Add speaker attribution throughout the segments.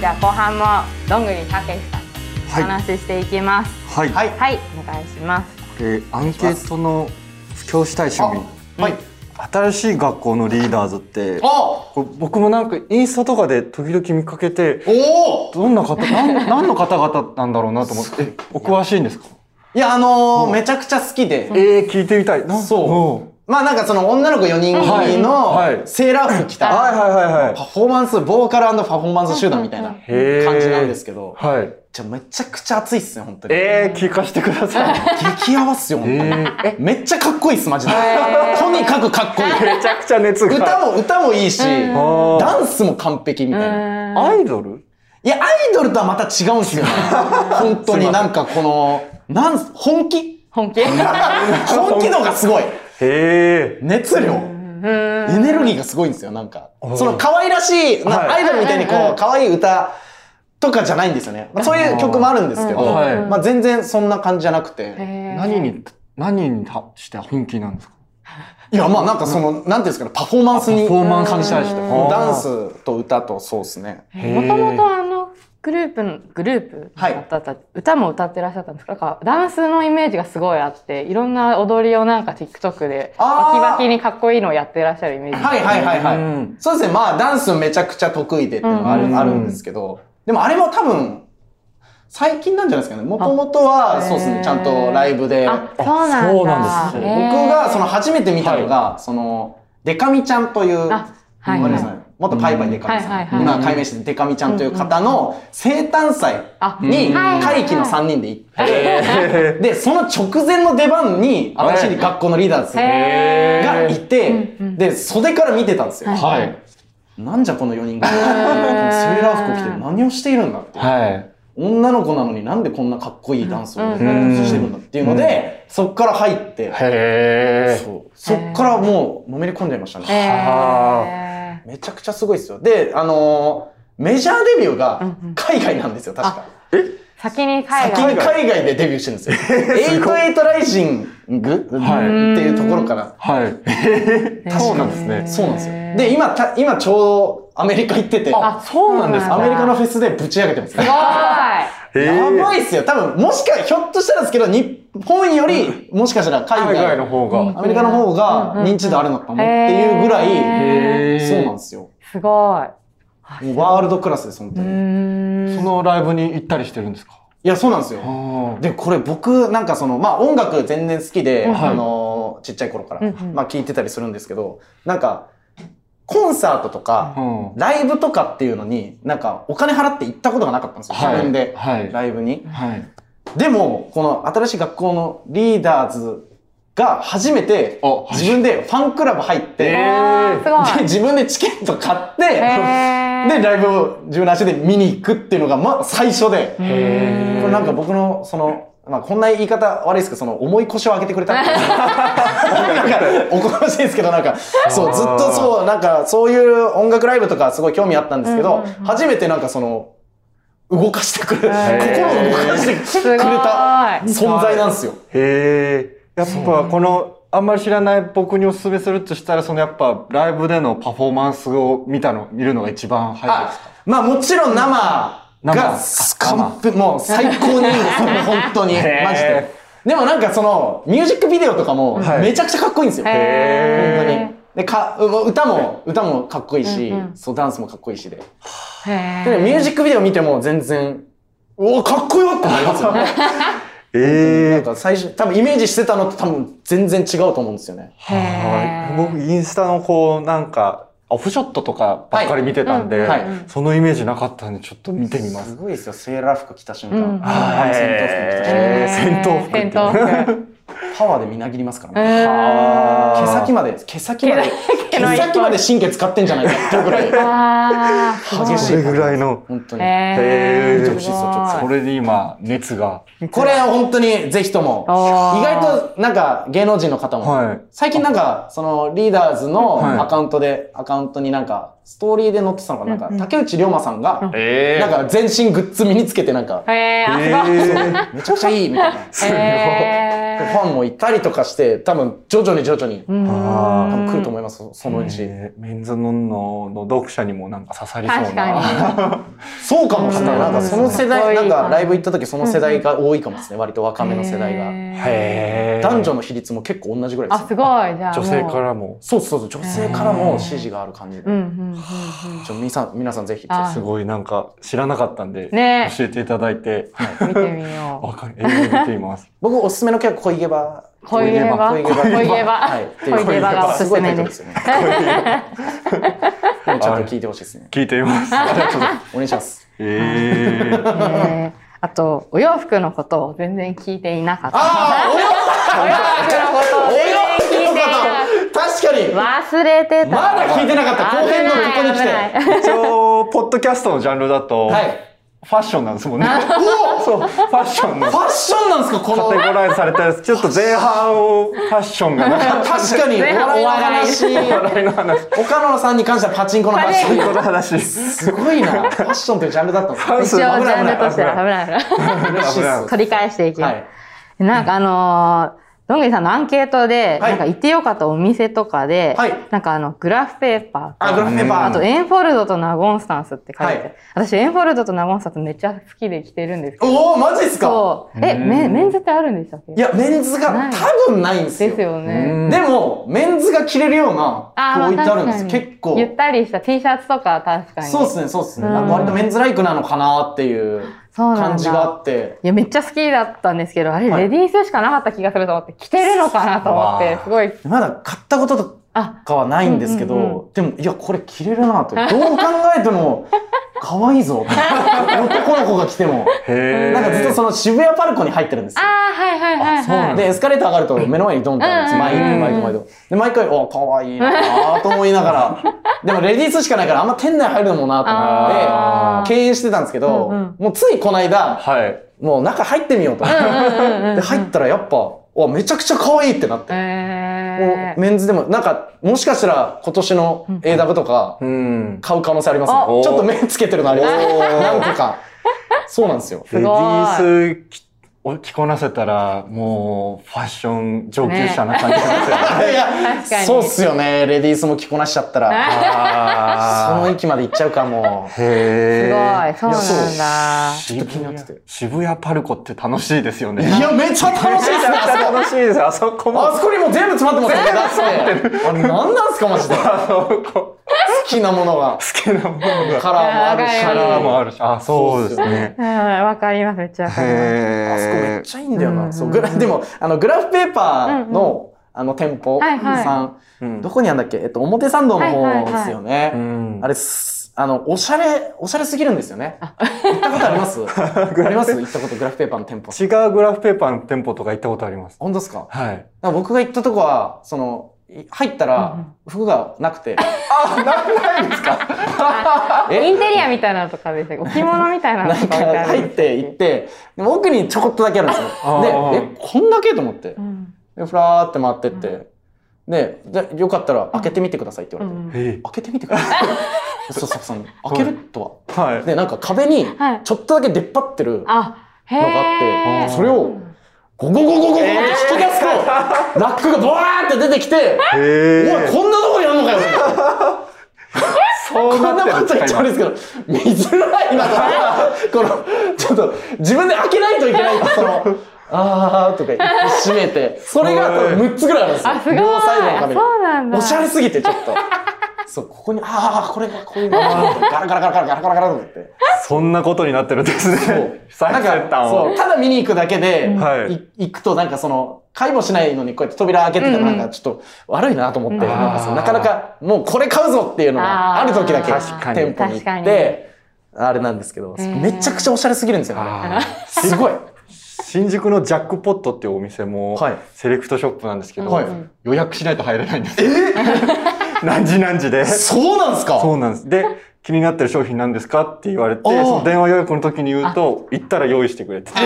Speaker 1: じゃあ後半もどんぐりたけしさん
Speaker 2: はい
Speaker 1: お話ししていきます
Speaker 2: はい、
Speaker 3: はい
Speaker 1: はいお願いします
Speaker 2: えーアンケートの布教したい趣味
Speaker 3: あはい。
Speaker 2: 新しい学校のリーダーズって
Speaker 3: あ
Speaker 2: こう僕もなんかインスタとかで時々見かけて
Speaker 3: おお
Speaker 2: どんな 方なん何の方々なんだろうなと思ってえお詳しいんですか
Speaker 3: いや、あのーめちゃくちゃ好きで。
Speaker 2: えー、聞いてみたいな
Speaker 3: そ
Speaker 2: そ
Speaker 3: まあなんかその女の子4人組
Speaker 2: はいは
Speaker 3: の
Speaker 2: い
Speaker 3: セーラー服着
Speaker 2: うんはい
Speaker 3: た
Speaker 2: はいはい
Speaker 3: パフォーマンス、ボーカルパフォーマンス集団みたいな
Speaker 2: へー
Speaker 3: 感じなんですけど、
Speaker 2: はい
Speaker 3: じゃあめちゃくちゃ熱いっすね、本当に。
Speaker 2: えー、聞かせてください
Speaker 3: 激ヤバっすよ、本
Speaker 2: え
Speaker 3: 当に。
Speaker 2: ー、え
Speaker 3: めっちゃかっこいいっす、マジで
Speaker 1: へー。
Speaker 3: とにかくかっこいい。
Speaker 2: めちゃくちゃ熱が
Speaker 3: 歌も、歌もいいし、
Speaker 1: うん
Speaker 2: あー
Speaker 3: ダンスも完璧みたいな。
Speaker 2: アイドル
Speaker 3: いや、アイドルとはまた違うんです よね。本当になんかこの、なんす、本気
Speaker 1: 本気
Speaker 3: 本気度がすごい。
Speaker 2: へえ
Speaker 3: 熱量。エネルギーがすごいんですよ、なんか。その可愛らしい、な
Speaker 2: はい
Speaker 3: アイドルみたいにこ
Speaker 1: うんうんう
Speaker 3: う、
Speaker 1: ん
Speaker 3: 可愛い歌とかじゃないんですよね。まあそういう曲もあるんですけど、
Speaker 2: うんはい
Speaker 3: まあ全然そんな感じじゃなくて。
Speaker 2: 何
Speaker 1: 何
Speaker 2: に何にたして本気なんですか
Speaker 3: いや、まあなんかその、なんていうんですかね、パフォーマンスに
Speaker 2: パフォーマンス
Speaker 3: 感じたりして、
Speaker 2: うん
Speaker 3: もうダンスと歌とそうですね。
Speaker 2: へー
Speaker 1: もともとあのグループのグループ
Speaker 3: はい
Speaker 1: だったった、歌も歌ってらっしゃったんですかなんかダンスのイメージがすごいあっていろんな踊りをなんか TikTok でバ
Speaker 3: あ
Speaker 1: キ
Speaker 3: ー
Speaker 1: バキにかっこいいのをやってらっしゃるイメージ、
Speaker 3: はいはいはいはい。
Speaker 2: うん
Speaker 3: そうですね、まあダンスめちゃくちゃ得意でっていうのがある,、
Speaker 1: うん
Speaker 3: あるんですけど、でもあれも多分、最近なんじゃないですかね。もともとは、そうです
Speaker 1: へー
Speaker 3: ね、ちゃんとライブで。
Speaker 1: あそうなんだ
Speaker 2: そうなん
Speaker 3: 僕
Speaker 2: です
Speaker 1: へー
Speaker 3: がその初めて見たのが、その、デカミちゃんという、
Speaker 1: あはい
Speaker 3: わ
Speaker 1: は
Speaker 3: かりま
Speaker 1: い
Speaker 3: す元パイパイデカミ
Speaker 1: は
Speaker 3: さ
Speaker 1: い
Speaker 3: ん。
Speaker 1: はいはい
Speaker 3: 今改名してデカミちゃんという方の生誕祭
Speaker 1: あ
Speaker 3: に、
Speaker 1: はいはいはい
Speaker 3: 会期の3人で行って、
Speaker 2: へ
Speaker 3: で、その直前の出番に、新しい学校のリーダーズ
Speaker 1: へ
Speaker 3: がいて、
Speaker 1: うんうん
Speaker 3: で、袖から見てたんですよ。
Speaker 1: はい
Speaker 2: はい
Speaker 3: なんじゃこの4人が。セーラー服着て何をしているんだって。
Speaker 2: はい
Speaker 3: 女の子なのになんでこんなかっこいいダンスを
Speaker 1: うん
Speaker 3: してるんだっていうので、そっから入って、
Speaker 2: へえ
Speaker 3: そうそっからもうのめり込んじゃいましたね。
Speaker 1: へ
Speaker 3: めちゃくちゃすごいですよ。で、あのーメジャーデビュー
Speaker 1: うん
Speaker 3: が
Speaker 1: うん
Speaker 3: 海外なんですよ、確か。
Speaker 1: ー先に海
Speaker 3: 先
Speaker 1: 外
Speaker 3: に海外でデビューしてるんですよ。88ライジングって
Speaker 2: はい
Speaker 3: いうところから。
Speaker 2: はいそうなんですね
Speaker 1: へー
Speaker 3: そうなんですよ。で、今た、今ちょうどアメリカ行ってて、
Speaker 1: あ
Speaker 3: ア
Speaker 1: そうなんです
Speaker 2: そうなん
Speaker 3: メリカの
Speaker 1: す
Speaker 3: フェスでぶち上げてます。
Speaker 1: ごい
Speaker 3: やば
Speaker 2: い
Speaker 3: いっすよ。多分、もしか、ひょっとしたらですけど、日本より、もしかしたら海
Speaker 2: 海外
Speaker 3: 外、
Speaker 2: の方が
Speaker 3: アメリカの方が認知度あるのかもっていうぐらい、
Speaker 1: へ
Speaker 2: ー
Speaker 3: そうなんですよ。
Speaker 1: すごい
Speaker 3: もうワールドクラスです、本
Speaker 1: う
Speaker 3: 当に。い
Speaker 1: ーん
Speaker 2: そのライブに行ったりしてるんですか
Speaker 3: や、そうなんですよ。
Speaker 2: あ
Speaker 3: で、これ僕、なんかその、まあ音楽全然好きで、
Speaker 1: うん
Speaker 3: あのー、ちっちゃい頃か
Speaker 1: う
Speaker 3: ら
Speaker 1: んう、ん
Speaker 3: まあ聞いてたりするんですけど、なんか、コンサートとか、
Speaker 2: は
Speaker 3: ライブとかっていうのに、なんかお金払って行ったことがなかったんですよ、
Speaker 2: い
Speaker 3: 自分で。
Speaker 2: はい
Speaker 3: ライブに。
Speaker 2: はい
Speaker 3: でも、この新しい学校のリーダーズが初めて
Speaker 2: あはい
Speaker 3: 自分でファンクラブ入って、
Speaker 2: え
Speaker 1: あーすごい
Speaker 3: で自分でチケット買って、
Speaker 1: へー
Speaker 3: で、ライブを自分の足で見に行くっていうのが、ま、最初で、こ
Speaker 2: へ
Speaker 3: れなんか僕の、その、まあ、こんな言い方悪いですけど、その、重い腰を上げてくれたっていうなんか、おこがましいですけど、なんか、そう、ずっとそう、なんか、そういう音楽ライブとかすごい興味あったんですけど、
Speaker 1: うんうんうん
Speaker 3: 初めてなんかその、動かしてくれ、心を
Speaker 2: ー
Speaker 3: 動かして
Speaker 1: す
Speaker 3: く
Speaker 1: ごい
Speaker 3: れた存在なんですよ。
Speaker 2: へえやっぱこのあんまり知らない僕におすすめするとしたらそのやっぱライブでのパフォーマンスを見たの見るのが一番早いですか
Speaker 3: あ、まあもちろん生が
Speaker 2: 生
Speaker 3: 完璧、もう最高にいいんですよ、本当に。
Speaker 2: へー
Speaker 3: マジで。でもなんかその、ミュージックビデオとかも
Speaker 2: はい
Speaker 3: めちゃくちゃかっこいいんですよ。本
Speaker 2: へ
Speaker 3: 当
Speaker 2: ー
Speaker 3: に。で、か、う歌も、歌もかっこいいし、
Speaker 1: うんうん
Speaker 3: そう、ダンスもかっこいいしで。
Speaker 1: へ
Speaker 3: で、
Speaker 1: ー
Speaker 3: ミュージックビデオ見ても全然、うおかっこよってなりますよね。な
Speaker 2: え
Speaker 3: んか最初、多分イメージしてたのと多分全然違うと思うんですよね。
Speaker 2: はい僕インスタのこうなんかオフショットとかばっかり見てたんで、
Speaker 3: はいうん
Speaker 1: はい
Speaker 2: そのイメージなかったんでちょっと見てみますす。
Speaker 3: ごいですよ、セーラー服着た瞬
Speaker 1: う
Speaker 3: 間
Speaker 1: ん。
Speaker 3: あの戦闘服着た瞬間。
Speaker 2: へー戦闘服っ
Speaker 1: 戦
Speaker 2: て
Speaker 1: 闘服
Speaker 3: パワーでみなぎりますからね。
Speaker 1: あ
Speaker 3: 毛
Speaker 2: 毛
Speaker 3: 先まで、毛先まで、毛先まで神経使ってんじゃないかって ぐらい、
Speaker 1: あー
Speaker 3: 激し
Speaker 2: それぐらいの。
Speaker 3: 本当に。
Speaker 1: へー
Speaker 2: へー
Speaker 1: すごい
Speaker 3: ちょっとちょっ
Speaker 2: それで今熱が。
Speaker 3: これ本当にぜひとも、
Speaker 1: あー
Speaker 3: 意外となんか芸能人の方も、
Speaker 2: はい。
Speaker 3: 最近なんかそのリーダーズ
Speaker 2: はい
Speaker 3: のアカウントで、アカウントになんかストーリーで載ってたのかな、なんか竹内涼真さんが、
Speaker 2: え
Speaker 3: なんか全身グッズ身につけてなんか、
Speaker 1: へーあすごい
Speaker 2: えー。
Speaker 3: めちゃくちゃいいみたいな。
Speaker 2: すごい。
Speaker 1: へ
Speaker 3: ファンもいたりとかして、多分徐々に徐々に
Speaker 1: うん
Speaker 2: あ
Speaker 3: 多分来ると思います、そのうち。
Speaker 2: えーメンズノンノの読者にもなんか刺さりそう
Speaker 1: 確か
Speaker 2: な。
Speaker 3: そうかもしれない。
Speaker 2: うん
Speaker 3: なんかその世
Speaker 1: かっこい
Speaker 3: 代、
Speaker 1: い
Speaker 3: なんかライブ行った時その世代が多いかもですね。割と若めの世代が。
Speaker 2: へー
Speaker 3: 男女の比率も結構同じぐらいで
Speaker 1: あ、
Speaker 3: す
Speaker 1: す
Speaker 3: よ。
Speaker 1: ごい。じゃあもう。
Speaker 2: 女性からも。
Speaker 3: そうそうそう。女性からも支持がある感じ
Speaker 1: う
Speaker 3: で。
Speaker 1: んうんうんうん。
Speaker 3: ちょ、みさん、皆さんぜひ。
Speaker 1: あ
Speaker 2: すごいなんか知らなかったんで、
Speaker 1: ね
Speaker 2: 教えていただいて、
Speaker 1: 見てみよ
Speaker 2: わかる、英語見ています。
Speaker 3: 僕おすすめの曲は恋ゲバ。
Speaker 1: う。恋ゲバ。
Speaker 3: 恋
Speaker 1: 恋
Speaker 3: ゲ
Speaker 1: ゲ
Speaker 3: バ
Speaker 1: バ。
Speaker 3: はいっていう
Speaker 1: 恋ゲバがおすすめです。
Speaker 3: すごいタイトルですよね。でもちゃんと聞いてほしいですね。
Speaker 2: 聞いています。ありがとうございます
Speaker 3: お願いします。
Speaker 2: えー
Speaker 1: えーあと、お洋服のことを全然聞いていなかった。
Speaker 3: ああ、お
Speaker 1: お洋服のことを全然聞いてい
Speaker 3: よ確かに
Speaker 1: なかった。忘れてた。
Speaker 3: まだ聞いてなかった。後編のここに来
Speaker 1: 危
Speaker 3: て。
Speaker 1: ない危 ない
Speaker 2: 一応、ポッドキャストのジャンルだと、
Speaker 3: はい。
Speaker 2: ファッションなんですもんね。
Speaker 3: おお
Speaker 2: そう、ファッションの
Speaker 3: フ
Speaker 2: カ
Speaker 3: ァッションなんですかこの
Speaker 2: テゴライズされたやつ。ちょっと前半をファッションがなかっ
Speaker 3: 確かにお
Speaker 1: 前半
Speaker 3: 笑い
Speaker 1: お
Speaker 3: の
Speaker 2: た。
Speaker 3: 話
Speaker 2: 笑いの話。
Speaker 3: 岡野さんに関してはパチンコの話
Speaker 1: パチン
Speaker 2: この話。
Speaker 3: すごいなファッションというジャンルだったんですね
Speaker 2: ファッ
Speaker 1: 一応ジ
Speaker 2: ション
Speaker 1: ャンルとしては
Speaker 2: 危
Speaker 1: 危ない危な い。
Speaker 3: 嬉しいっす
Speaker 1: 取り返していきま
Speaker 3: は
Speaker 1: す
Speaker 3: い。
Speaker 1: なんかあのー、どんぐりさんのアンケートで、
Speaker 3: はい
Speaker 1: なんか行ってよかったお店とかで、
Speaker 3: はい
Speaker 1: なんかあの、グラフペーパーと
Speaker 3: あグラフペーパー
Speaker 1: あとエンフォルドとナゴンスタンスって書いて、
Speaker 3: はい
Speaker 1: 私エンフォルドとナゴンスタンスめっちゃ好きで着てるんですけど、
Speaker 3: おおマジっすか
Speaker 1: そう。え、
Speaker 2: うん
Speaker 1: メンメンズってあるんでしたっけ
Speaker 3: いやメンズが
Speaker 1: ない
Speaker 3: 多分ないんです
Speaker 1: です
Speaker 3: よ
Speaker 1: よね。
Speaker 3: でもメンズが着れるような
Speaker 1: あーまあ
Speaker 3: こういってあるんです
Speaker 1: 確かに
Speaker 3: 結構
Speaker 1: ゆったりした T シャツとか確かに。
Speaker 3: そうっすねそうっすね
Speaker 1: うん
Speaker 3: なんか割とメンズライクなのかなっていう
Speaker 1: そうなんだ
Speaker 3: 感じがあって
Speaker 1: いや、めっちゃ好きだったんですけど、あれ、
Speaker 3: はい
Speaker 1: レディースしかなかった気がすると思って、着てるのかなと思っ
Speaker 2: う
Speaker 1: て
Speaker 2: わ、ー
Speaker 1: すごい、
Speaker 3: まだ買ったことと
Speaker 1: あ、
Speaker 3: かはないんですけど、
Speaker 1: うんうん
Speaker 3: でもいやこれ着れるなとどう考え ても可愛いぞって男の子が着ても
Speaker 2: へー
Speaker 3: なんかずっとその渋谷パルコに入ってるんですよ
Speaker 1: あー、はいはいはい
Speaker 2: あそう
Speaker 1: は。
Speaker 2: ないん
Speaker 3: で、エスカレーター上がると目の前にドンとあるんですよ。毎
Speaker 1: うん
Speaker 3: 回
Speaker 1: うん
Speaker 3: 毎回毎度。で、毎回、お、かわいいなぁと思いながら。でも、レディースしかないから、あんま店内入るのもなぁと思
Speaker 1: あー
Speaker 3: って、敬遠してたんですけど、
Speaker 1: うんうん
Speaker 3: もうついこの間、
Speaker 2: はい。
Speaker 3: もう中入ってみようと思って。
Speaker 1: うんうんうんうん
Speaker 3: で、入ったらやっぱ、お、めちゃくちゃ可愛いってなって。も
Speaker 1: え
Speaker 3: うメンズでも、なんか、もしかしたら今年の AW とか
Speaker 2: うん。
Speaker 3: 買う可能性ありますね
Speaker 1: あ。
Speaker 3: ちょっと目つけてるのあります。
Speaker 2: おー
Speaker 3: 何個か。そうなんですよ。
Speaker 1: すご
Speaker 2: レ
Speaker 1: い
Speaker 2: ディースきを着こなせたら、もうファッション上級者な感じします よね。
Speaker 3: いや
Speaker 1: 確かに
Speaker 3: そうっすよね。レディースも着こなしちゃったら。その
Speaker 2: あー
Speaker 3: 域まで行っちゃうかも。
Speaker 1: すご
Speaker 2: へ
Speaker 1: い、そうなんだ。
Speaker 2: ー
Speaker 3: ちょっと気になってて
Speaker 2: 渋谷パルコって楽しいですよね。
Speaker 3: いや、めっちゃ楽しいですね。
Speaker 2: めちゃ楽しいです。あそこも。
Speaker 3: あそこにもう全部詰まってますよね。だって。あれ、なんなんすか、マジで。好
Speaker 2: あそこ。
Speaker 3: きなものが。
Speaker 2: 好きなものが。
Speaker 3: カラーもあるし。
Speaker 1: カラー
Speaker 2: もあるし。あ、そうですね。
Speaker 1: うんわかります、めっちゃわかります。
Speaker 3: あそこめっ
Speaker 2: へ
Speaker 3: ちゃいいんだよ
Speaker 1: う
Speaker 3: な。
Speaker 1: ん
Speaker 3: そう、グラ、でも、あの、グラフペーパー
Speaker 1: う
Speaker 3: の、あの、店舗
Speaker 1: はいはい
Speaker 3: さん、
Speaker 2: え。
Speaker 3: どこにあんだっけえっと、表参道の方ですよ
Speaker 2: う
Speaker 3: ね。
Speaker 2: ん
Speaker 3: あれ、すあの、おしゃれ、おしゃれすぎるんですよね。行ったことあ りますあります行ったこと、グラフペーパーの店舗。
Speaker 2: 違うグラフペーパーの店舗とか行ったことあります。
Speaker 3: 本当ですか
Speaker 2: はい。
Speaker 3: だから僕が行ったとこは、その、い入った
Speaker 1: うんう
Speaker 3: ら、服がなくて。あ、な、ないんですか
Speaker 1: イ
Speaker 3: え
Speaker 1: ンテリアみたいなのとかですね、置物みたいなの
Speaker 3: な
Speaker 1: と
Speaker 3: ん
Speaker 1: か
Speaker 3: か
Speaker 1: 置いてあ
Speaker 3: 入
Speaker 1: る
Speaker 3: っ。て行って、でも奥にちょこっとだけあるんですよ
Speaker 2: あ。ー
Speaker 3: で、え、こんだけと思って
Speaker 1: う。ん
Speaker 3: で、ふらーって回ってって。で、じゃよかったら開けてみてくださいって
Speaker 1: う
Speaker 3: 言われて。
Speaker 1: ん
Speaker 2: え
Speaker 3: 開けてみてくださ い。そう、スタッフさんに。開けると
Speaker 2: えは
Speaker 3: は。
Speaker 2: い。
Speaker 3: で、なんか壁に
Speaker 1: はい、
Speaker 3: ちょっとだけ出っ張ってるのが
Speaker 1: あ、へ
Speaker 3: あ
Speaker 1: え。
Speaker 3: って、それを、ゴゴゴゴゴゴって引き出す と、ラックがボワーって出てきて、
Speaker 2: へ
Speaker 3: おい、
Speaker 2: え。
Speaker 3: こんなとこにあんのかよ
Speaker 2: そ
Speaker 3: こんな
Speaker 2: る
Speaker 3: こと言っちゃうんですけど、見づらいなとこの、ちょっと、自分で開けないといけないって、その、あーとか言って閉めて、それが多分6つぐらいあるんですよ。
Speaker 1: あ、すごい。
Speaker 3: 両サイドの
Speaker 1: あ
Speaker 3: 壁に。
Speaker 1: そうなんだ。
Speaker 3: おしゃれすぎて、ちょっと。そう、ここに、あー、これがこういうのがガラガラガラガラガラガラガラと思って。
Speaker 2: そんなことになってるんです
Speaker 3: そう
Speaker 2: ね。最
Speaker 3: なん
Speaker 2: 先
Speaker 3: か、
Speaker 2: 端
Speaker 3: そう、
Speaker 2: を。
Speaker 3: ただ見に行くだけで、
Speaker 2: はい
Speaker 3: い行くとなんかその、介護しないのにこうやって扉開けてても
Speaker 1: うん
Speaker 3: な
Speaker 1: うん
Speaker 3: んかちょっと悪いなと思って、
Speaker 1: うん
Speaker 3: なんかそうなかなかもうこれ買うぞっていうのがある時だけ
Speaker 1: あ
Speaker 2: ー確かに
Speaker 3: 店舗に行っ
Speaker 1: 確かに
Speaker 3: て、あれなんですけど、
Speaker 1: へー
Speaker 3: めちゃくちゃおしゃれすぎるんですよね。
Speaker 2: あー
Speaker 3: すごい。
Speaker 2: 新宿のジャックポットっていうお店も
Speaker 3: はい
Speaker 2: セレクトショップなんですけど、
Speaker 3: はい
Speaker 2: 予約しないと入れないんですよ。何時何時で。
Speaker 3: そうなんですか
Speaker 2: そうなんです。で、気になってる商品なんですかって言われて、
Speaker 3: あー
Speaker 2: その電話予約の時に言うと、行ったら用意してくれて。
Speaker 1: え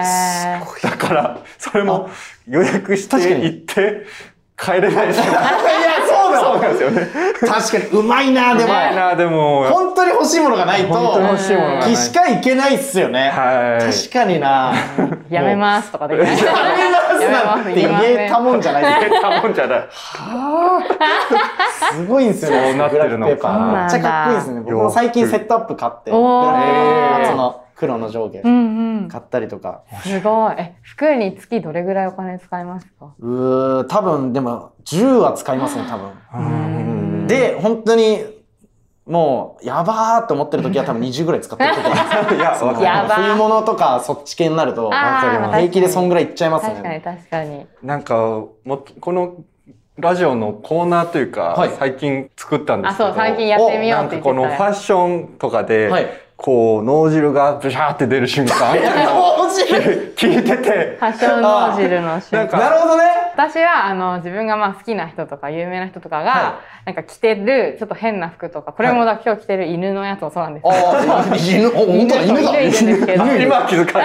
Speaker 1: え。す
Speaker 2: だから、それも予約して
Speaker 3: 確かに
Speaker 2: 行って、帰れないですよ。
Speaker 3: いや、そうだ
Speaker 2: そう
Speaker 3: わ
Speaker 2: なんですよね。
Speaker 3: 確かに、うまいなでも、
Speaker 2: いなでも、
Speaker 3: 本当に欲しいものがないと、
Speaker 2: 本当に欲しいものがない。
Speaker 3: きしか行けないっすよね。
Speaker 2: はい
Speaker 3: 確かにな
Speaker 1: ごいやめますとかできない。
Speaker 3: やめまますなんて言えたもんじゃない
Speaker 2: 言えたもんじゃ ない。
Speaker 3: すごいんですよね。
Speaker 2: そうなってるのか
Speaker 3: ブラックペーパーめっちゃかっこいいですね。僕も最近セットアップ買って、ブラ
Speaker 1: おー
Speaker 3: ックその黒の上下
Speaker 1: うんうん。
Speaker 3: 買ったりとか。
Speaker 1: すごい。え、服につきどれぐらいお金使いますか
Speaker 3: うー多分でも10は使いますね、多分。
Speaker 1: ん
Speaker 3: で、本当に、もう、やばーって思ってる時は多分20ぐらい使ってる時あ
Speaker 2: いや、わ
Speaker 3: る
Speaker 1: やばー
Speaker 3: 冬物とかそっち系になると、
Speaker 1: あー
Speaker 3: わかります
Speaker 1: まあ
Speaker 3: 平気でそんぐらいいっちゃいます
Speaker 1: 確かに
Speaker 3: ね。
Speaker 1: 確かに。
Speaker 2: なんか、もうこのラジオのコーナーというか、
Speaker 3: はい
Speaker 2: 最近作ったんで
Speaker 1: あ、
Speaker 2: すけど。
Speaker 1: そう、最近やってみよ
Speaker 2: な
Speaker 1: うんって
Speaker 2: か
Speaker 1: 言って
Speaker 2: こ
Speaker 1: た
Speaker 2: のファ
Speaker 1: や
Speaker 2: ッションとかで、
Speaker 3: はい
Speaker 2: こう脳汁がブシャーって出る瞬間
Speaker 3: 面白い
Speaker 2: 聞いてて
Speaker 1: ファッションノージルの瞬
Speaker 2: なん
Speaker 1: 間。
Speaker 2: か
Speaker 3: なるほどね
Speaker 1: 私は、あの、自分がまあ好きな人とか有名な人とかが、
Speaker 3: は
Speaker 1: なんか着てる、ちょっと変な服とか、これもだ、今日着てる犬のやつもそうなんですけど
Speaker 3: ああ、 犬、お、本当だ、犬だ。
Speaker 1: 犬いるんですけど
Speaker 3: 犬いる
Speaker 2: 今気づかれ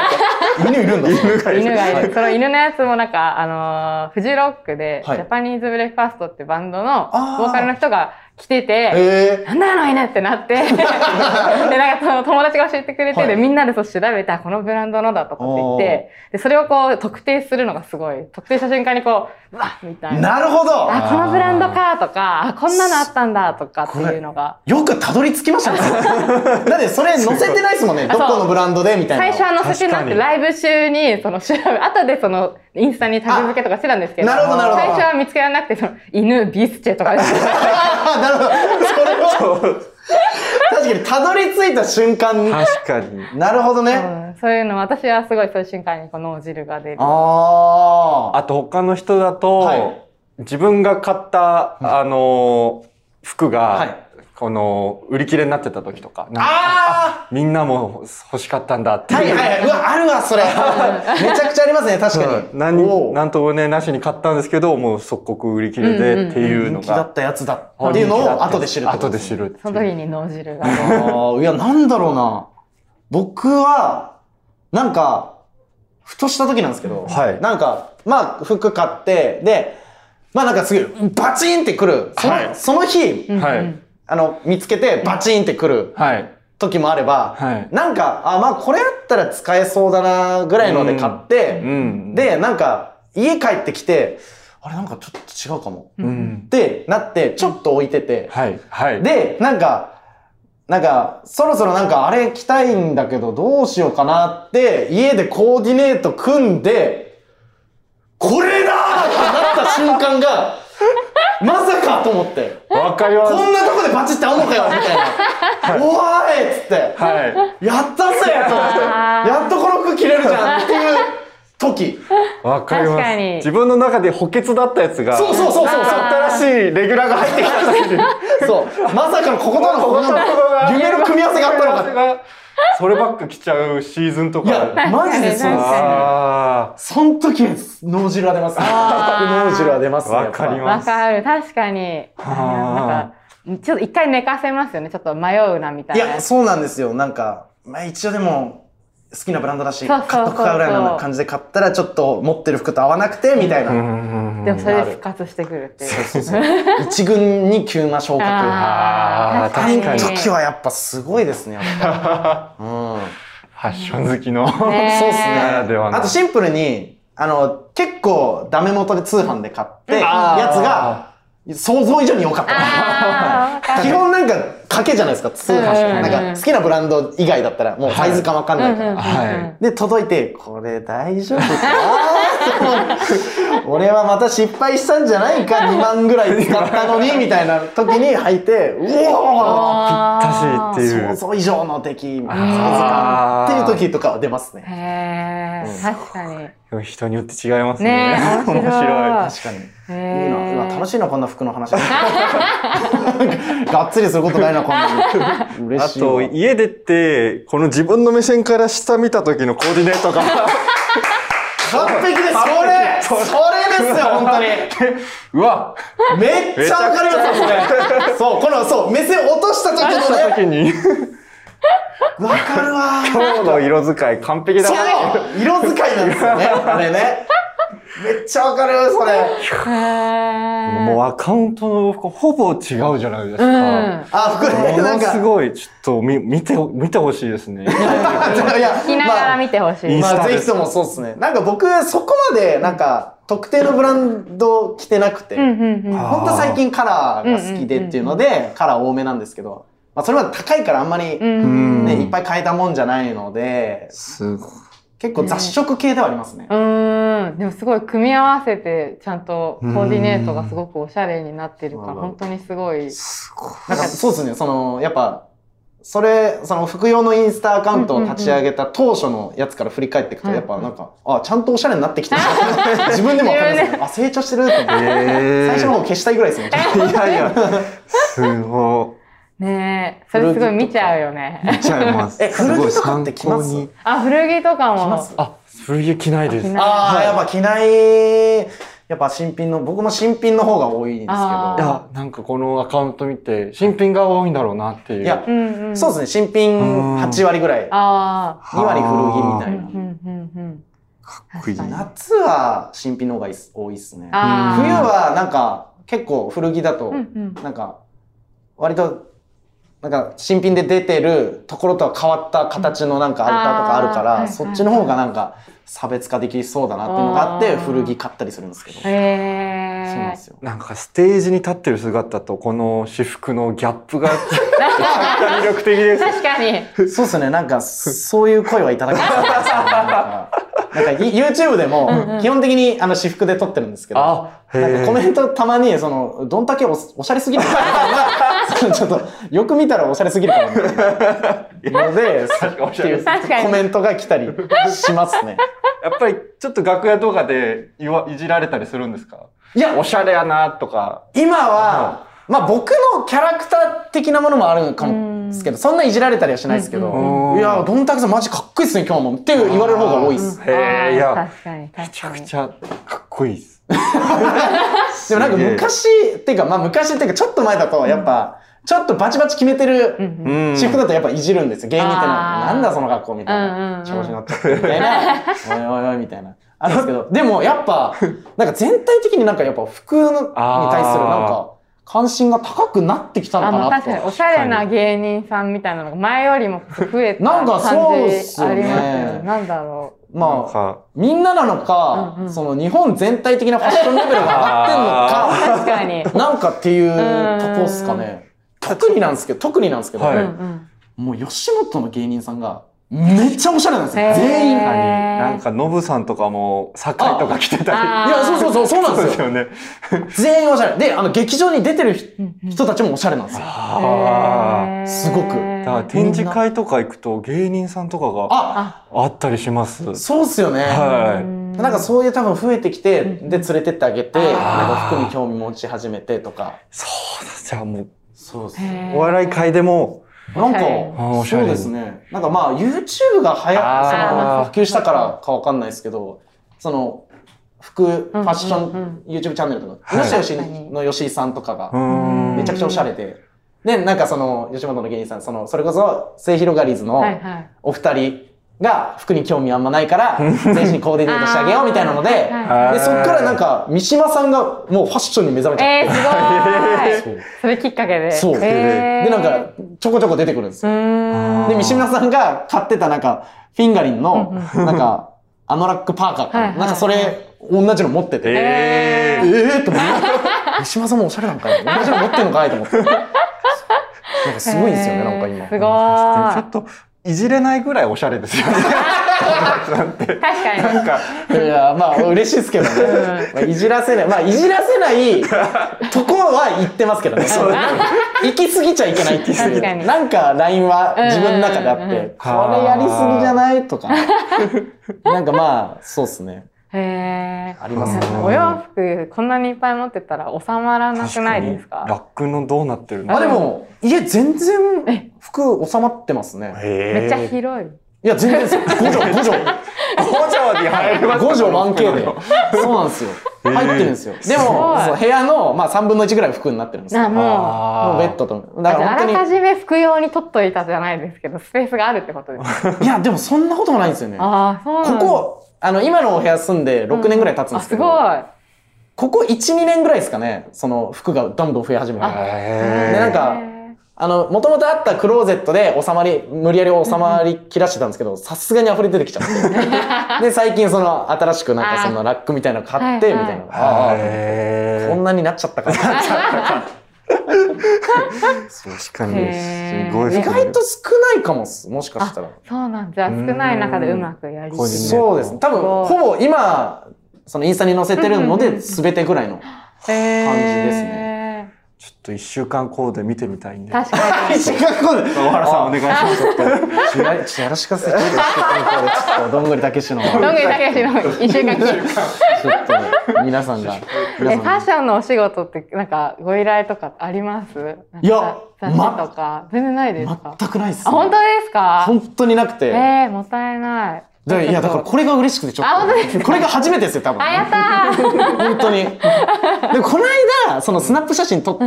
Speaker 3: 犬いるんだ。
Speaker 2: た
Speaker 1: 犬がいる。
Speaker 3: は
Speaker 1: その犬のやつもなんか、あのーフジロックで、
Speaker 3: はい
Speaker 1: ジャパニーズブレックファーストってバンドの
Speaker 3: あー
Speaker 1: ボーカルの人が来てて、
Speaker 3: え
Speaker 1: なんだあの犬ってな って、で、なんかその友達が教えてくれて、
Speaker 3: はい
Speaker 1: で、みんなでそう調べて、あこのブランドのだとかって言って、で、それをこう特定するのがすごい。特定した瞬間にこう、うわっみた
Speaker 3: ー、
Speaker 1: いな。
Speaker 3: なるほど。
Speaker 1: あ、このブランドかとか、あ、こんなのあったんだとかっていうのが。
Speaker 3: よくたどり着きまし たね。だってそれ載せてないですもんね。
Speaker 1: そ
Speaker 3: ど
Speaker 1: う
Speaker 3: このブランドでみたいな。
Speaker 1: 最初は載せてなくて、
Speaker 2: 確
Speaker 1: ライブ中に、その、調べ、 後でその、インスタにタグ付けとかしてたんですけど、
Speaker 3: なるほどなるほど
Speaker 1: 最初は見つけられなくて、その、犬、ビスチェと かで
Speaker 3: あ なるほど。それは。確かにたどり着いた瞬間。
Speaker 2: 確かに
Speaker 3: なるほど
Speaker 1: う
Speaker 3: ね。
Speaker 1: んそういうの、私はすごいそういう瞬間に、この脳汁が出る。
Speaker 3: ああ。
Speaker 2: あと他の人だと、
Speaker 3: はい
Speaker 2: 自分が買ったあの服が、
Speaker 3: はい
Speaker 2: この売り切れになってた時とかなんか
Speaker 3: あ
Speaker 2: みんなも欲しかったんだって、
Speaker 3: あ。はいいうはいはい。うわ、あるわ、それ。めちゃくちゃありますね、確かに。お
Speaker 2: 何
Speaker 3: う
Speaker 2: 何ともねなしに買ったんですけどもう即刻売り切れ
Speaker 1: うんうんう
Speaker 2: で
Speaker 1: ん
Speaker 2: っていうの
Speaker 3: 人気だ
Speaker 2: が
Speaker 3: ったやつだっていうのを後で知るってこと
Speaker 2: 後
Speaker 3: で
Speaker 2: です
Speaker 3: ね
Speaker 2: 知るっていう
Speaker 1: その時に脳汁が。
Speaker 3: ああ、いや、なんだろうな。僕は、なんか、ふとした時なんですけど、
Speaker 2: はい
Speaker 3: なんか、まあ、服買って、で、まあなんかすぐ、バチンってくる。その,、
Speaker 2: はい
Speaker 3: その日、
Speaker 1: うん
Speaker 2: は
Speaker 1: う
Speaker 2: い
Speaker 1: ん
Speaker 3: あの、見つけて、バチンってくる
Speaker 2: はい
Speaker 3: 時もあれば、
Speaker 2: はい
Speaker 3: なんか、あ、まあこれあったら使えそうだな、ぐらいので買って、
Speaker 2: うん
Speaker 3: で、なんか、家帰ってきて、あれなんかちょっと違うかも。
Speaker 1: う
Speaker 2: うんん
Speaker 3: ってなって、ちょっと置いてて、
Speaker 2: はいはい
Speaker 3: で、なんか、なんか、そろそろなんかあれ着たいんだけど、どうしようかなって、家でコーディネート組んで、これだ ーってなった瞬間が、まさかと思って、
Speaker 2: わかります
Speaker 3: こんなとこでバチって合うのかよみたい な。おーいっつって、
Speaker 2: は
Speaker 3: やったぜと思って、
Speaker 1: あー
Speaker 3: やっとこの服着れるじゃんっていう時。
Speaker 2: いわかり
Speaker 1: 確か
Speaker 2: ま
Speaker 1: に
Speaker 2: す自分の中で補欠だったやつが
Speaker 3: そうそうそうそうそう。
Speaker 2: 新しいレギュラーが入ってきた時に
Speaker 3: そう。まさかのこことの ここの夢の組み合わせがあった のかって。
Speaker 2: かそればっか来ちゃうシーズンと
Speaker 3: い
Speaker 2: か
Speaker 3: や、マジでそうです。
Speaker 2: あ
Speaker 3: その時は脳汁は出ます。
Speaker 1: あー
Speaker 3: 脳汁は出ますね。
Speaker 2: わかり
Speaker 1: わ
Speaker 2: ます
Speaker 1: かる。確かに。なん
Speaker 2: あ
Speaker 1: か、ちょっと一回寝かせますよね。ちょっと迷うな、みた
Speaker 3: い
Speaker 1: いな。
Speaker 3: や、そうなんですよ。なんか、まあ一応でも、好きなブランドだし、
Speaker 1: そう
Speaker 3: 買
Speaker 1: そう
Speaker 3: っ
Speaker 1: そうそう
Speaker 3: とくかぐらいの感じで買ったら、ちょっと持ってる服と合わなくて、みたいな。
Speaker 1: でもそれ
Speaker 3: な
Speaker 1: で
Speaker 3: る
Speaker 1: 復活してくるっていう。
Speaker 3: そうそうそう一軍に急な昇格。あ
Speaker 1: あ
Speaker 2: あ
Speaker 1: ー
Speaker 2: ー
Speaker 3: の
Speaker 2: 確かに
Speaker 3: 時はやっぱすごいですね、やっ ぱ。うん。
Speaker 2: ファッション好きの
Speaker 1: ね
Speaker 3: そうっすね。
Speaker 2: ならではの
Speaker 3: あとシンプルに、あの、結構ダメ元で通販で買って、
Speaker 2: あー
Speaker 3: やつが、想像以上に良かった。
Speaker 1: あーわかる
Speaker 3: 基本なんか賭けじゃないですか通販
Speaker 1: うん
Speaker 3: なんか好きなブランド以外だったらもうサイズ感わかんないから、
Speaker 2: はい
Speaker 3: で届いてこれ大丈夫かなって俺はまた失敗したんじゃない か2万ぐらい使ったのにみたいな時に履いてうおー
Speaker 2: ったしっていう
Speaker 3: 想像以上の出来みたいな
Speaker 2: あー
Speaker 3: サイズ感っていう時とかは出ますね
Speaker 1: へえ、確かに。
Speaker 2: 人によって違いますね
Speaker 1: ねえ面白い
Speaker 2: 面白い
Speaker 3: 確かにいい
Speaker 1: へ
Speaker 3: な
Speaker 1: え
Speaker 3: うわ楽しいなこんな服の話 がっつりすることないなこんな に嬉
Speaker 2: あ
Speaker 3: しいわ
Speaker 2: と家出てこの自分の目線から下見た時のコーディネート が
Speaker 3: 完璧ですそれそれ ですよ本当に
Speaker 2: うわ
Speaker 3: めっちゃわかりますよこれそうこのそう目線落とした時
Speaker 2: 来た
Speaker 3: のね
Speaker 2: 時に
Speaker 3: わかるわー
Speaker 2: 今日の色使い完璧だ
Speaker 3: そう色使いなんですよねあれねめっちゃわかる、それ。
Speaker 2: もうアカウントのほぼ違うじゃないですか。
Speaker 3: あ、これ、
Speaker 2: も
Speaker 3: な
Speaker 2: の
Speaker 3: ん
Speaker 2: す
Speaker 3: か、
Speaker 2: ごい、ちょっとみ見て、見てほしいですね。
Speaker 3: いや
Speaker 1: 聞きながら見てほしい。
Speaker 2: まあ
Speaker 3: まあ、ぜひともそうですね。なんか僕、そこまで、なんか、特定のブランド着てなくて、
Speaker 1: うんうんうん。
Speaker 2: あ
Speaker 3: 本当最近カラーが好きでっていうので、カラー多めなんですけど、まあ、それまで高いからあんまり、
Speaker 1: う
Speaker 3: ね、
Speaker 1: ん。
Speaker 2: うん
Speaker 3: いっぱい買えたもんじゃないので、
Speaker 2: すごい。
Speaker 3: 結構雑食系ではありますね。
Speaker 1: うん。でもすごい組み合わせて、ちゃんとコーディネートがすごくおしゃれになってるから、
Speaker 3: うん
Speaker 1: 本当にすごい。
Speaker 2: すごい。
Speaker 3: なんか、そうですね、その、やっぱ、それ、その、服用のインスタアカウントを立ち上げた当初のやつから振り返っていくと、
Speaker 1: うんうん
Speaker 3: やっぱなんか、あ、ちゃんとおしゃれになってきてる。 自分でも分かります
Speaker 1: 自分
Speaker 3: ね。あ、成長してると思って。
Speaker 2: え
Speaker 3: 最
Speaker 2: え
Speaker 3: 初の方消した いぐらいですね。
Speaker 2: いやいや、すご
Speaker 1: ねえ。それすごい見ちゃうよね。
Speaker 2: い。ちゃいます。
Speaker 3: え古着とかって着ます
Speaker 2: すごい参考に
Speaker 1: あ、古着とか
Speaker 3: 来ま
Speaker 1: も
Speaker 3: す。
Speaker 2: あ、古着着ないで
Speaker 1: 着
Speaker 2: す。
Speaker 1: ない
Speaker 3: ああ、やっぱ着ない、やっぱ新品の、僕も新品の方が多いんですけ
Speaker 1: あ
Speaker 2: い
Speaker 1: ー
Speaker 3: ど。
Speaker 2: や、なんかこのアカウント見て、新品が多いんだろうなっていう。
Speaker 3: いや、
Speaker 1: うんうん。
Speaker 3: そうですね、新品
Speaker 2: うん
Speaker 3: 8割ぐらい。
Speaker 1: ああ。
Speaker 2: はあ、
Speaker 3: 2割古着みた
Speaker 1: うん
Speaker 3: いな。
Speaker 1: うんうんうん。
Speaker 2: かっこい
Speaker 1: 確
Speaker 2: い。
Speaker 1: かに
Speaker 3: 夏は新品の方がいいっす多いですね。冬
Speaker 1: ああ。
Speaker 3: はなんか、結構古着だと、
Speaker 1: うんうん。
Speaker 3: なんか、割と、なんか新品で出てるところとは変わった形のなんかアウターとかある
Speaker 1: あ
Speaker 3: か
Speaker 1: ーはい
Speaker 3: ら、
Speaker 1: はい
Speaker 3: そっちの方がなんか差別化できそうだなっていうのがあっ
Speaker 1: あー
Speaker 3: て、古着買ったりするんですけど。そうなん
Speaker 1: へ
Speaker 3: で
Speaker 1: え。
Speaker 3: すよ。
Speaker 2: なんかステージに立ってる姿とこの私服のギャップ が魅力的です。
Speaker 1: 確かに。
Speaker 3: そうですね、なんか、そういう声はいただきましたね。なんか、い YouTube で
Speaker 1: うんう
Speaker 3: も
Speaker 1: ん、
Speaker 3: 基本的にあの、私服で撮ってるんですけど、なんか
Speaker 2: あ、へえ。
Speaker 3: コメントたまに、その、どんだけおおしゃれすぎるかそのちょっと、よく見たらおしゃれすぎるかもみたいな。ので、そう
Speaker 2: 確かにお
Speaker 3: っ
Speaker 2: してゃ
Speaker 3: い
Speaker 2: れ
Speaker 3: う
Speaker 1: 確かに
Speaker 3: コメントが来たりしますね。
Speaker 2: やっぱりちょっと楽屋とかで言わいじられたりするんですか
Speaker 3: いや
Speaker 2: おしゃれやなとか。
Speaker 3: 今は、まあ僕のキャラクター的なものもあるかもですけど、そんないじられたりはしないですけ
Speaker 1: う
Speaker 3: ど、
Speaker 2: ん
Speaker 3: いや、どんたくさんマジかっこいいっすね、今日も。っていう言われる方が多いです。
Speaker 2: へ
Speaker 1: あー
Speaker 2: え、いや、
Speaker 1: 確かに、
Speaker 2: めち
Speaker 1: 確
Speaker 2: ゃ
Speaker 1: か
Speaker 2: く
Speaker 1: に。
Speaker 2: ちゃかっこいいです。すげ
Speaker 3: でもなんか
Speaker 2: え
Speaker 3: 昔っていうか、まあ昔っていうか、ちょっと前だと、やっぱ、ちょっとバチバチ決めて
Speaker 1: うん
Speaker 3: る
Speaker 1: うん。
Speaker 3: 私服だとやっぱいじるんですよ。芸人っての
Speaker 1: あ
Speaker 3: は
Speaker 1: ー
Speaker 3: なんだその格好みたい
Speaker 1: うんうんうん
Speaker 3: な。調子乗っちゃってみた いな。おいおいおいみたいな。あるんですけど、でもやっぱ、なんか全体的になんかやっぱ服のに対するなんか、関心が高くなってきたの
Speaker 1: あ
Speaker 3: か
Speaker 1: の
Speaker 3: な
Speaker 1: 確かに
Speaker 3: と
Speaker 1: お。しゃれな芸人さんみたいなのが前よりも増えた
Speaker 3: なん
Speaker 1: 感
Speaker 3: か
Speaker 1: じ
Speaker 3: そうっすよ
Speaker 1: あ
Speaker 3: ね
Speaker 1: りますよね。なんだろう。
Speaker 2: なん
Speaker 3: まあ、
Speaker 2: か、
Speaker 3: みんななのか、
Speaker 1: うんうん
Speaker 3: その日本全体的なファッションレベルが上がってんの
Speaker 1: 確
Speaker 3: か、
Speaker 1: かに。
Speaker 3: なんかっていうとこっすかね。特になんですけど、特になんですけど、
Speaker 2: はい
Speaker 1: うんうん
Speaker 3: もう吉本の芸人さんがめっちゃおしゃれなんです
Speaker 1: へ
Speaker 3: よ。
Speaker 1: ー
Speaker 3: 全員。い
Speaker 1: へー
Speaker 2: なんかノブさんとかも酒井とか着てた
Speaker 1: あ
Speaker 3: や、そうそうそう、そう
Speaker 2: り。
Speaker 3: なん
Speaker 2: そう
Speaker 3: で
Speaker 2: ですす
Speaker 3: よ。
Speaker 2: よね。
Speaker 3: 全員おしゃれ。で、あの、劇場に出てる人
Speaker 1: うんうん
Speaker 3: 人たちもおしゃれなんですよ。
Speaker 2: あ
Speaker 1: へー
Speaker 3: すごく
Speaker 2: あ。だから展示会とか行くと芸人さんとかが
Speaker 3: あ、
Speaker 2: あったりします。
Speaker 3: そうっすよね。
Speaker 2: は
Speaker 1: う
Speaker 2: い。
Speaker 1: ん
Speaker 3: なんかそういう多分増えてきて、で、連れてってあげて、
Speaker 1: あー
Speaker 3: なんか服に興味持ち始めてとか。
Speaker 2: そうだ。じゃあもう、
Speaker 3: そうです
Speaker 1: へー
Speaker 2: お笑い界でも、
Speaker 3: なんか
Speaker 1: はい、
Speaker 2: おしゃれ
Speaker 3: そうですね。なんかまあ、YouTube が流
Speaker 2: あ
Speaker 1: ー
Speaker 3: 行その普及したからかわかんないですけど、その、服、ファッショ
Speaker 1: う
Speaker 3: ン、
Speaker 1: んうん
Speaker 3: YouTube チャンネルとか、
Speaker 2: はい
Speaker 3: 吉吉の吉井さんとか
Speaker 2: うー
Speaker 3: が、
Speaker 2: ん。
Speaker 3: めちゃくちゃおしゃれで、で、なんかその、吉本の芸人さん、その、それこそ、末広がりずの
Speaker 1: はいはい
Speaker 3: お二人が服に興味あんまないから、全身コーディネートしてあげようみたいなので、
Speaker 1: はいはい
Speaker 2: はい
Speaker 3: で、そっからなんか、三島さんがもうファッションに目覚めちゃっ
Speaker 1: えー、す
Speaker 3: そ
Speaker 1: ご
Speaker 3: う
Speaker 1: い。それきっかけで。
Speaker 3: そう
Speaker 1: へ
Speaker 3: て、
Speaker 1: ー
Speaker 3: で、なんか、ちょこちょこ出てくるんですよ
Speaker 1: うーん。
Speaker 3: で、三島さんが買ってたなんか、フィンガリンの、なんか、アノラックパーカーか
Speaker 1: はい
Speaker 3: な
Speaker 1: はい
Speaker 3: なんかそれ、同じの持ってて。え
Speaker 1: え
Speaker 2: えー。
Speaker 3: ーと思って、三島さんもおしゃれなんかよ同じの持ってんのかいと 思って。なんかすごいんですよね、なんか今。
Speaker 1: す
Speaker 2: ちょっ
Speaker 1: ご
Speaker 2: と、いじれないぐらいおしゃれですよね。
Speaker 1: い。確かに。
Speaker 2: なんか、
Speaker 3: いや、まあ、嬉しいですけどね。まあ、いじらせない。まあ、いじらせないとこは言ってますけどね。
Speaker 2: そう
Speaker 3: 行き過ぎちゃいけないって
Speaker 1: 確か
Speaker 3: い
Speaker 1: に
Speaker 3: う。なんか、ラインは自分の中であ
Speaker 1: う
Speaker 3: っ
Speaker 1: んうんうんう
Speaker 3: て、これやりすぎじゃないとか。なんかまあ、そうですね。
Speaker 1: へー
Speaker 3: あります
Speaker 2: ね
Speaker 1: お洋服こんなにいっぱい持ってたら収まらなくないですか
Speaker 2: 確にラックのどうなってるの
Speaker 3: あ、でも、家全然服収まってますね。
Speaker 1: め
Speaker 2: め
Speaker 1: っちゃ広い。
Speaker 3: いや、全然です。5畳、5畳。
Speaker 2: 工場に入れ
Speaker 3: 5
Speaker 2: ます
Speaker 3: 畳 1K で。そうなんですよ。
Speaker 2: ー
Speaker 3: 入ってるんですよ。で
Speaker 1: ご
Speaker 3: も
Speaker 1: い、
Speaker 3: そう部屋の、まあ、3分の1ぐらい服になってるんですよ。
Speaker 1: な
Speaker 3: も
Speaker 1: も
Speaker 3: うベッドと。
Speaker 1: うあ
Speaker 3: だから
Speaker 1: あ
Speaker 3: 本
Speaker 1: ら
Speaker 3: 当
Speaker 1: かじめ服用に取っといたじゃないですけどスペースがあるってことですね。
Speaker 3: に、いや、でもそんなこともないんですよね。こ
Speaker 1: ああそうなんだ。
Speaker 3: こ、あの、今のお部屋住んで6年ぐらい経つん
Speaker 1: あ
Speaker 3: ですけ
Speaker 1: す
Speaker 3: ど、
Speaker 1: ごい
Speaker 3: ここ1、2年ぐらいですかね、その服がどんどん増え始めたのが。
Speaker 2: へ
Speaker 3: でなんかあの、もともとあったクローゼットで収まり、無理やり収まりきらしてたんですけど、さすがに溢れ出てきちゃって。で、最近その、新しくなんかそのラックみたいなの買って、み
Speaker 1: あー
Speaker 3: たいな。
Speaker 2: ー
Speaker 3: ああ、
Speaker 2: へ
Speaker 3: こん
Speaker 2: ー
Speaker 3: なになっちゃったかな。
Speaker 2: 確かに
Speaker 1: へー
Speaker 2: すごい
Speaker 3: 意外と少ないかもっす、もしかしたら。
Speaker 1: そうなんじゃあ少ない中でうまくやり
Speaker 2: 個人
Speaker 3: そうですね。多分、
Speaker 1: ごい
Speaker 3: ほぼ今、そのインスタに載せてるので、全てぐらいの。
Speaker 1: えー
Speaker 3: 感じですね
Speaker 2: ちょっと一週間コーデ見てみたいんで
Speaker 1: 確かに
Speaker 2: 小原さんお願いします
Speaker 3: ちょっとやらしかせてください。ちょっと、どんぐりたけしの。ちょ
Speaker 1: どんぐりたけしの一週間記録
Speaker 3: っと、皆さんが。皆
Speaker 1: えフ
Speaker 3: さん
Speaker 1: ァ
Speaker 3: が
Speaker 1: ッションのお仕事ってなんかご依頼とかありますなんか
Speaker 3: いや
Speaker 1: 雑誌とか全然ないですか
Speaker 3: 全くないっす、
Speaker 1: あ本当ですか
Speaker 3: 本当になくて。
Speaker 1: えー、もったいない
Speaker 3: だからいやだからこれが嬉しくてちょ
Speaker 1: あ本当
Speaker 3: っ
Speaker 1: です
Speaker 3: とこれが初めてですよ多分
Speaker 1: あやったー
Speaker 3: 本当にでこの間そのスナップ写真撮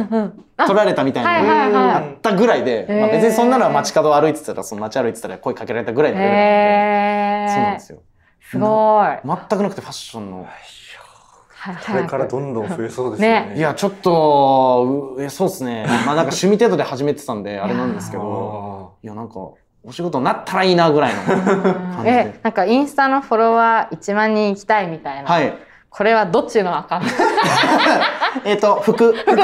Speaker 3: 撮られたみたい
Speaker 1: はい
Speaker 3: な
Speaker 1: はい
Speaker 3: の
Speaker 1: は
Speaker 3: あ
Speaker 1: い
Speaker 3: ったぐらいで、まあ、
Speaker 1: へー
Speaker 3: 別にそんなのは街角を歩いてたらその街歩いてたら声かけられたぐらいのレベルなんで、
Speaker 1: へ
Speaker 3: そうなんで
Speaker 1: ー
Speaker 3: すよ
Speaker 1: すごい
Speaker 3: 全くなくてファッションの
Speaker 2: これからどんどん増えそうですよね
Speaker 3: いやちょっとうえそうですねまあなんか趣味程度で始めてたんであれなんですけ
Speaker 2: あ
Speaker 3: ど
Speaker 2: ー
Speaker 3: いやなんかお仕事になったらいいなぐらいの
Speaker 1: うんえなんかインスタのフォロワー1万人行きたいみたいな、
Speaker 3: はい
Speaker 1: これはどっちのアカウント
Speaker 3: えっ、と、服。服。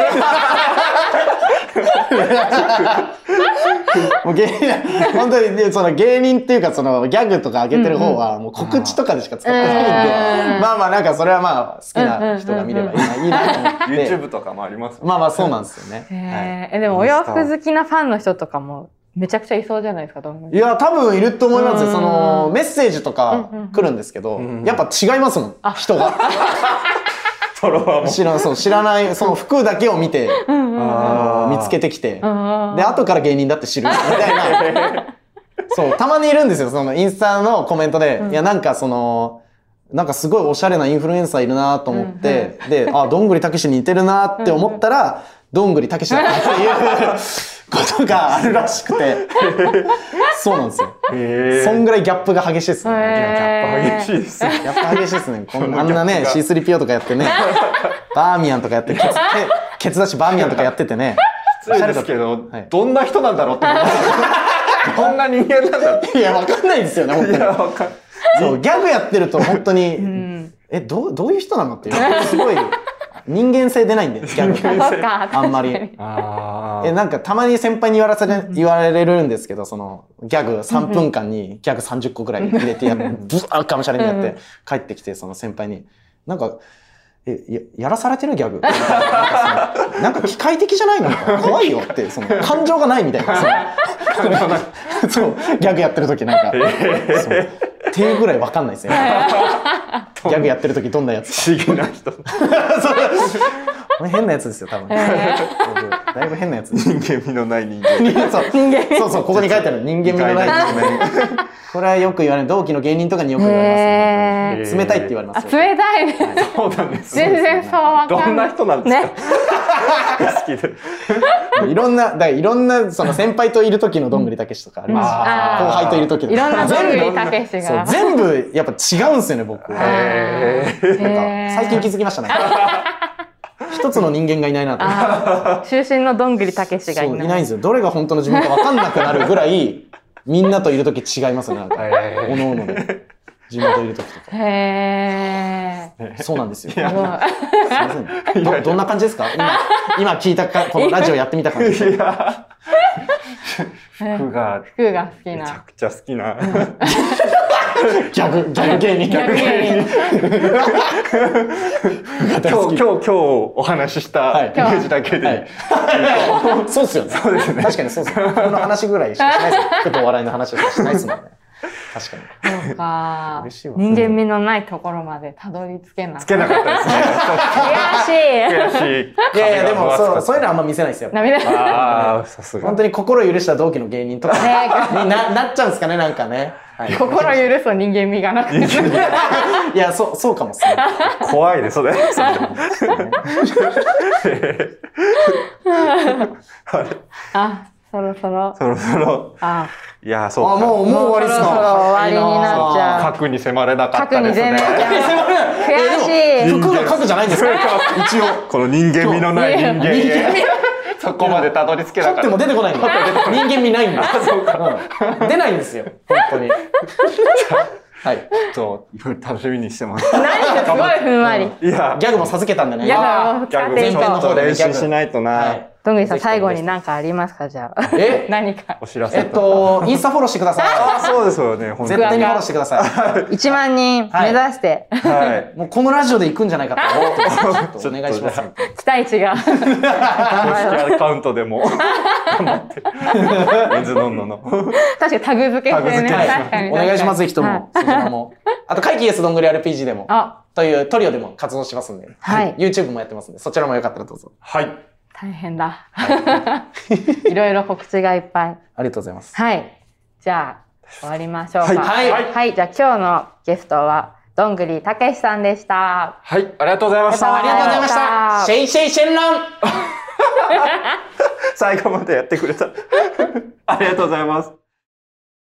Speaker 3: もう芸人、本当に、ね、その芸人っていうか、そのギャグとか上げてる方は、もう告知とかでしか使ってないん
Speaker 1: う
Speaker 3: で、
Speaker 1: ん
Speaker 3: まあまあなんかそれはまあ好きな人が見ればいいな、いいなと思って。
Speaker 2: YouTube とかもありま すもんね
Speaker 3: まあまあそうなんですよね。
Speaker 1: へーえでもお洋服好きなファンの人とかもめちゃくちゃいそうじゃないですかどんぐ
Speaker 3: い
Speaker 1: り
Speaker 3: や、多分いると思いますよ。
Speaker 1: うん
Speaker 3: その、メッセージとか来るんですけ
Speaker 2: ん
Speaker 3: ど
Speaker 2: う、ん
Speaker 3: やっぱ違いますもん、人が。
Speaker 2: フォロワーも
Speaker 3: 知らん、そう、知らない、その服だけを見て、
Speaker 2: あー
Speaker 3: 見つけてきて。
Speaker 1: うん
Speaker 3: で後から芸人だって知るみたいなそうたまにいるんですよそのインスタのコメントで、いやなんかそのなんかすごいおしゃれなインフルエンサーいるなと思って、であどんぐりたけしに似てるなって思ったら、どんぐりたけしだったっていうことがあるらしくてそうなんですよ、
Speaker 2: へー
Speaker 3: そんぐらいギャップが激しいですね、
Speaker 2: ギャップ激しいですね
Speaker 3: やっぱ激しいです ね。こん
Speaker 2: の
Speaker 3: あんなね、
Speaker 2: ギャッ
Speaker 3: C3PO とかやって ね、バーミヤンとかやって、ケツケツだしバーミヤンとかやっててね。
Speaker 2: 失礼ですけど
Speaker 3: はい
Speaker 2: どんな人なんだろうって思います どんな人間なんだろ
Speaker 3: いや、わかんないですよね、本
Speaker 2: う
Speaker 3: 当
Speaker 2: い
Speaker 3: に
Speaker 2: や。わかん
Speaker 3: そう、ギャグやってると本当に、え、どう、どういう人なのっていう、すごい、人間性出ないんで、ギャグ。
Speaker 1: あそっか
Speaker 3: あんまり
Speaker 1: 確かに
Speaker 2: あ
Speaker 3: え、なんかたまに先輩に言われされ、言われるんですけど、その、ギャグ3分間にギャグ30個ぐらい入れてやって、ブワーかもしゃれにやって、帰ってきて、その先輩に、なんか、え、ややらされてるギャ グなんかそのなんか機械的じゃないの怖いよって、その、感情がないみたいな。そ のそう、ギャグやってる時なんか、そうっていうぐらいわかんない ですね。 ギャグやってる時どんなや つ
Speaker 2: 不思議な人
Speaker 3: これ変なやつですよ、多分。だいぶ変なやつです。
Speaker 2: 人間味のない人間
Speaker 3: そうそうそう、ここに書いてある人間味のない人間。これはよく言われる、同期の芸人とかによく言われます、
Speaker 2: へー
Speaker 3: 冷たいって言われま
Speaker 1: あ
Speaker 3: すよ。
Speaker 1: 冷たいね
Speaker 2: そうなんです
Speaker 1: 全然そうわか
Speaker 2: どん
Speaker 1: んな
Speaker 2: ない人なんですか、
Speaker 1: ね
Speaker 2: 好きで
Speaker 3: いろんな、だからいろんな、その先輩といる時のどんぐりたけしとかありますし、
Speaker 1: あー
Speaker 3: 後輩といる時
Speaker 1: いろんなどんぐり
Speaker 3: 全
Speaker 1: たけし
Speaker 3: 部、そう
Speaker 1: が
Speaker 3: 全部やっぱ違うんですよね、僕。なんか
Speaker 1: へー
Speaker 3: 最近気づき ましたね。一つの人間がいないなと思って。
Speaker 1: あー中心のどんぐりたけしがい
Speaker 3: そうい
Speaker 1: ない
Speaker 3: ないんですよ。どれが本当の自分か分かんなくなるぐらい、みんなといる時違いますよね、なんか。おのおので。自分といる時と
Speaker 1: へえ
Speaker 3: か。そうなんですよ。
Speaker 1: すごい
Speaker 3: すいませんどどんな感じですか今、今聞いた か、このラジオやってみた感じ。
Speaker 2: いや服が
Speaker 1: 服が好き
Speaker 2: めちゃ
Speaker 1: な
Speaker 2: くちゃ好きな
Speaker 3: ギャグ、ギャグ芸人。ギャグ
Speaker 1: 芸人
Speaker 2: 今日今日今日お話しし
Speaker 3: は
Speaker 2: た
Speaker 3: い
Speaker 2: イメージだけで、
Speaker 3: はい。そうっすよね。そうですね。確かにそうっすね。この話ぐらいしかしないです よ。ちょっとお笑いの話しかしないですもんね。確かに。
Speaker 1: そうか
Speaker 3: 嬉しいわ
Speaker 1: 人間味のないところまでたどり着けな
Speaker 2: つけなかった
Speaker 1: 悔しい
Speaker 2: ですね悔しい
Speaker 3: いやいや、でもそう、そういう
Speaker 2: の
Speaker 3: のあんま見せないですよ。
Speaker 1: 涙ね
Speaker 2: ああさすが
Speaker 3: 本当に心許した同期の芸人とかにななっちゃうんですかね、なんかね。はい。
Speaker 1: 心許す人間味がなくて
Speaker 3: いや、そう、そうかもっすね。
Speaker 2: 怖いですねそれ
Speaker 1: あそろそろ。
Speaker 2: そろそろ
Speaker 1: あ、
Speaker 2: いや
Speaker 3: あ
Speaker 2: そうか
Speaker 3: もうもう終わりっす
Speaker 1: もうそろそろ
Speaker 3: か
Speaker 1: 終わりになっちゃう
Speaker 2: 核に迫れなかったです
Speaker 1: 核に全
Speaker 2: ね
Speaker 1: 然
Speaker 3: え
Speaker 1: 悔し
Speaker 3: で
Speaker 1: い。
Speaker 3: も服が書くじゃないんですか一応
Speaker 2: この人間味のない人間
Speaker 3: 人間
Speaker 2: へそこまでたどり着けな
Speaker 3: 書
Speaker 2: か
Speaker 3: っ
Speaker 2: ってた
Speaker 3: も出てこないんだ 人間味ないんだうん出ないんですよ本当に はい
Speaker 2: そう楽しみにしてます
Speaker 1: 何がすごいふんわり。
Speaker 2: いや
Speaker 3: ギャグも授けたんでね
Speaker 1: ギャグはもう
Speaker 2: ギャ
Speaker 1: 使っ
Speaker 2: グ
Speaker 1: てい
Speaker 2: ち
Speaker 1: こ
Speaker 2: ょっ
Speaker 1: う。
Speaker 2: と練習しないとな、
Speaker 3: はい
Speaker 1: どんぐりさん、最後に何かありますかじゃあ。
Speaker 3: え
Speaker 1: 何か。
Speaker 2: お知らせ
Speaker 3: えっとインスタフォローしてくださ
Speaker 2: あそうですよね
Speaker 3: い
Speaker 2: 本当
Speaker 3: 絶
Speaker 2: に
Speaker 3: 対にフォローしてくださ
Speaker 1: 1万人目指して、
Speaker 2: はい
Speaker 3: いもうこのラジオで行くんじゃないかと 思ってますちょっとお願いします
Speaker 2: ちょっ
Speaker 1: 期待値 が。
Speaker 2: 公式アカウントでも頑張 って水飲んのの
Speaker 1: 確かにタグ付けですよね。
Speaker 2: タグ付け
Speaker 1: 確かに。
Speaker 3: お願いしますぜひと
Speaker 1: はい
Speaker 3: もそちらもあと会期イエスどんぐり RPG でも
Speaker 1: あ、
Speaker 3: というトリオでも活動しますんで、
Speaker 1: はい
Speaker 3: YouTube もやってますんでそちらもよかったらどうぞ
Speaker 2: はい
Speaker 1: 大変だ。 いろいろ告知がいっぱい。
Speaker 3: ありがとうございます
Speaker 1: はい。じゃあ、終わりましょうか。
Speaker 3: はい
Speaker 1: はい。はいじゃあ、今日のゲストは、どんぐりたけしさんでした。
Speaker 2: はいありがとうございまし
Speaker 1: あ
Speaker 3: あ
Speaker 1: り
Speaker 3: り
Speaker 1: が
Speaker 3: が
Speaker 1: と
Speaker 3: と
Speaker 1: う
Speaker 3: う
Speaker 1: ご
Speaker 3: ご
Speaker 1: ざ
Speaker 3: ざ
Speaker 1: い
Speaker 3: い
Speaker 1: ま
Speaker 3: ま
Speaker 1: し
Speaker 3: したたシェイシェイシェンラン
Speaker 2: 最後までやってくれたありがとうございます